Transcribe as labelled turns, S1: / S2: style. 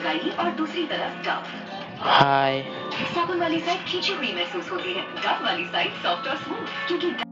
S1: लगाई और दूसरी तरफ टफ
S2: हाय
S1: साबुन वाली साइड खींची हुई महसूस होती है डव वाली साइड सॉफ्ट और स्मूथ क्योंकि